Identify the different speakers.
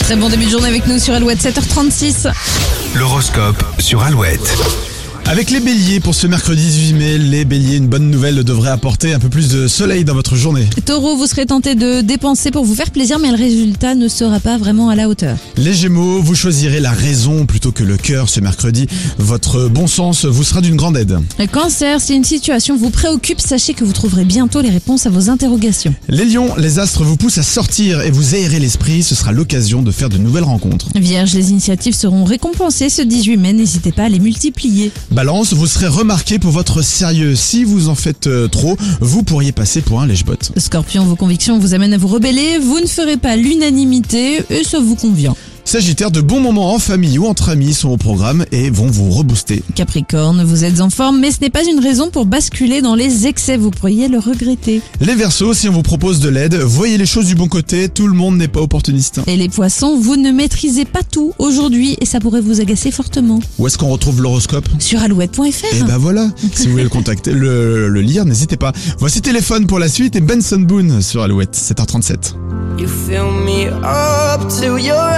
Speaker 1: Très bon début de journée avec nous sur Alouette, 7h36.
Speaker 2: L'horoscope sur Alouette.
Speaker 3: Avec les béliers pour ce mercredi 18 mai, les béliers, une bonne nouvelle devrait apporter un peu plus de soleil dans votre journée.
Speaker 1: Taureau, vous serez tenté de dépenser pour vous faire plaisir, mais le résultat ne sera pas vraiment à la hauteur.
Speaker 3: Les gémeaux, vous choisirez la raison plutôt que le cœur ce mercredi. Votre bon sens vous sera d'une grande aide.
Speaker 1: Le cancer, si une situation vous préoccupe, sachez que vous trouverez bientôt les réponses à vos interrogations.
Speaker 3: Les lions, les astres vous poussent à sortir et vous aérer l'esprit. Ce sera l'occasion de faire de nouvelles rencontres.
Speaker 1: Vierge, les initiatives seront récompensées ce 18 mai, n'hésitez pas à les multiplier.
Speaker 3: Balance, vous serez remarqué pour votre sérieux. Si vous en faites euh, trop, vous pourriez passer pour un lèche-botte.
Speaker 1: Scorpion, vos convictions vous amènent à vous rebeller, vous ne ferez pas l'unanimité et ça vous convient.
Speaker 3: Sagittaire, de bons moments en famille ou entre amis sont au programme et vont vous rebooster.
Speaker 1: Capricorne, vous êtes en forme, mais ce n'est pas une raison pour basculer dans les excès, vous pourriez le regretter.
Speaker 3: Les Verseaux, si on vous propose de l'aide, voyez les choses du bon côté, tout le monde n'est pas opportuniste.
Speaker 1: Et les poissons, vous ne maîtrisez pas tout aujourd'hui et ça pourrait vous agacer fortement.
Speaker 3: Où est-ce qu'on retrouve l'horoscope
Speaker 1: Sur alouette.fr.
Speaker 3: Et ben voilà, si vous voulez le contacter, le, le lire, n'hésitez pas. Voici téléphone pour la suite et Benson Boone sur Alouette, 7h37.
Speaker 4: You fill me up to your